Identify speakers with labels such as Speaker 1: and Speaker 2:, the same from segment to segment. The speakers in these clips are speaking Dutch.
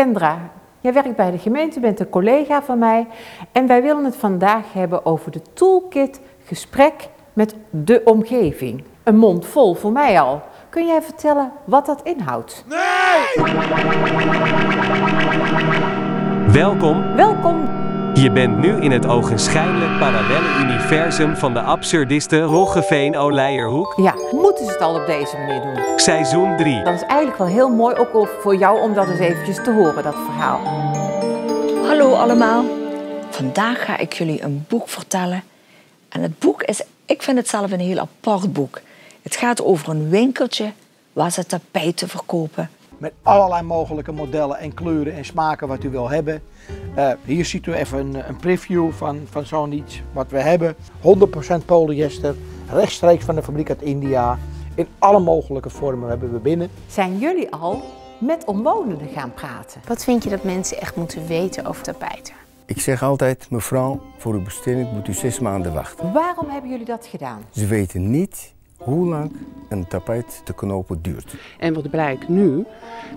Speaker 1: Kendra, jij werkt bij de gemeente, bent een collega van mij. En wij willen het vandaag hebben over de toolkit gesprek met de omgeving. Een mond vol voor mij al. Kun jij vertellen wat dat inhoudt?
Speaker 2: Welkom,
Speaker 1: Welkom.
Speaker 2: je bent nu in het ogenschijnlijk parallelle universum van de absurdiste Roggeveen Oleierhoek,
Speaker 1: Ja, moeten ze het al op deze manier doen?
Speaker 2: seizoen 3.
Speaker 1: Dat is eigenlijk wel heel mooi, ook al voor jou om dat eens eventjes te horen, dat verhaal.
Speaker 3: Hallo allemaal. Vandaag ga ik jullie een boek vertellen. En het boek is, ik vind het zelf een heel apart boek. Het gaat over een winkeltje waar ze tapijten verkopen.
Speaker 4: Met allerlei mogelijke modellen en kleuren en smaken wat u wil hebben. Eh, hier ziet u even een, een preview van, van zo'n iets wat we hebben. 100% polyester, rechtstreeks van de fabriek uit India. In alle mogelijke vormen hebben we binnen.
Speaker 1: Zijn jullie al met omwonenden gaan praten?
Speaker 5: Wat vind je dat mensen echt moeten weten over tapijten?
Speaker 6: Ik zeg altijd, mevrouw, voor uw bestelling moet u zes maanden wachten.
Speaker 1: Waarom hebben jullie dat gedaan?
Speaker 6: Ze weten niet hoe lang een tapijt te knopen duurt.
Speaker 7: En wat blijkt nu?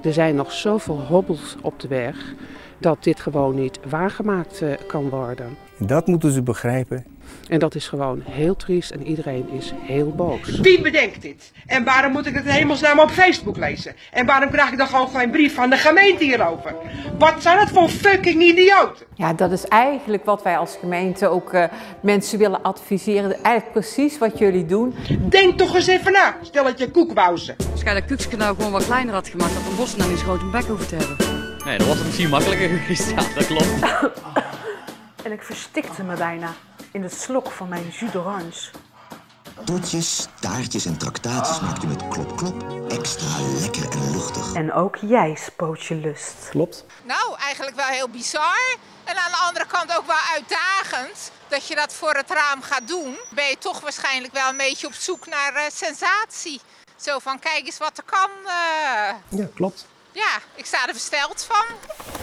Speaker 7: Er zijn nog zoveel hobbels op de weg dat dit gewoon niet waargemaakt eh, kan worden.
Speaker 6: En dat moeten ze begrijpen.
Speaker 7: En dat is gewoon heel triest en iedereen is heel boos.
Speaker 8: Wie bedenkt dit? En waarom moet ik het in hemelsnaam op Facebook lezen? En waarom krijg ik dan gewoon geen brief van de gemeente hierover? Wat zijn dat voor fucking idioten?
Speaker 1: Ja, dat is eigenlijk wat wij als gemeente ook eh, mensen willen adviseren. Eigenlijk precies wat jullie doen.
Speaker 8: Denk toch eens even na, stel dat je koekwauzen.
Speaker 9: Als jij dat kukstkanaal gewoon wat kleiner had gemaakt, had Van Bossen dan niet zo'n grote bek hoeven te hebben.
Speaker 10: Nee, dat was het misschien makkelijker geweest. Ja, dat klopt.
Speaker 11: en ik verstikte me bijna in de slok van mijn jus d'orange.
Speaker 12: Potjes, taartjes en tractaties maakt u met klop klop extra lekker en luchtig.
Speaker 11: En ook jij spoot je lust.
Speaker 4: Klopt.
Speaker 5: Nou, eigenlijk wel heel bizar. En aan de andere kant ook wel uitdagend. Dat je dat voor het raam gaat doen. Ben je toch waarschijnlijk wel een beetje op zoek naar eh, sensatie. Zo van, kijk eens wat er kan. eh.
Speaker 4: Ja, klopt.
Speaker 5: ja, ik sta er versteld van.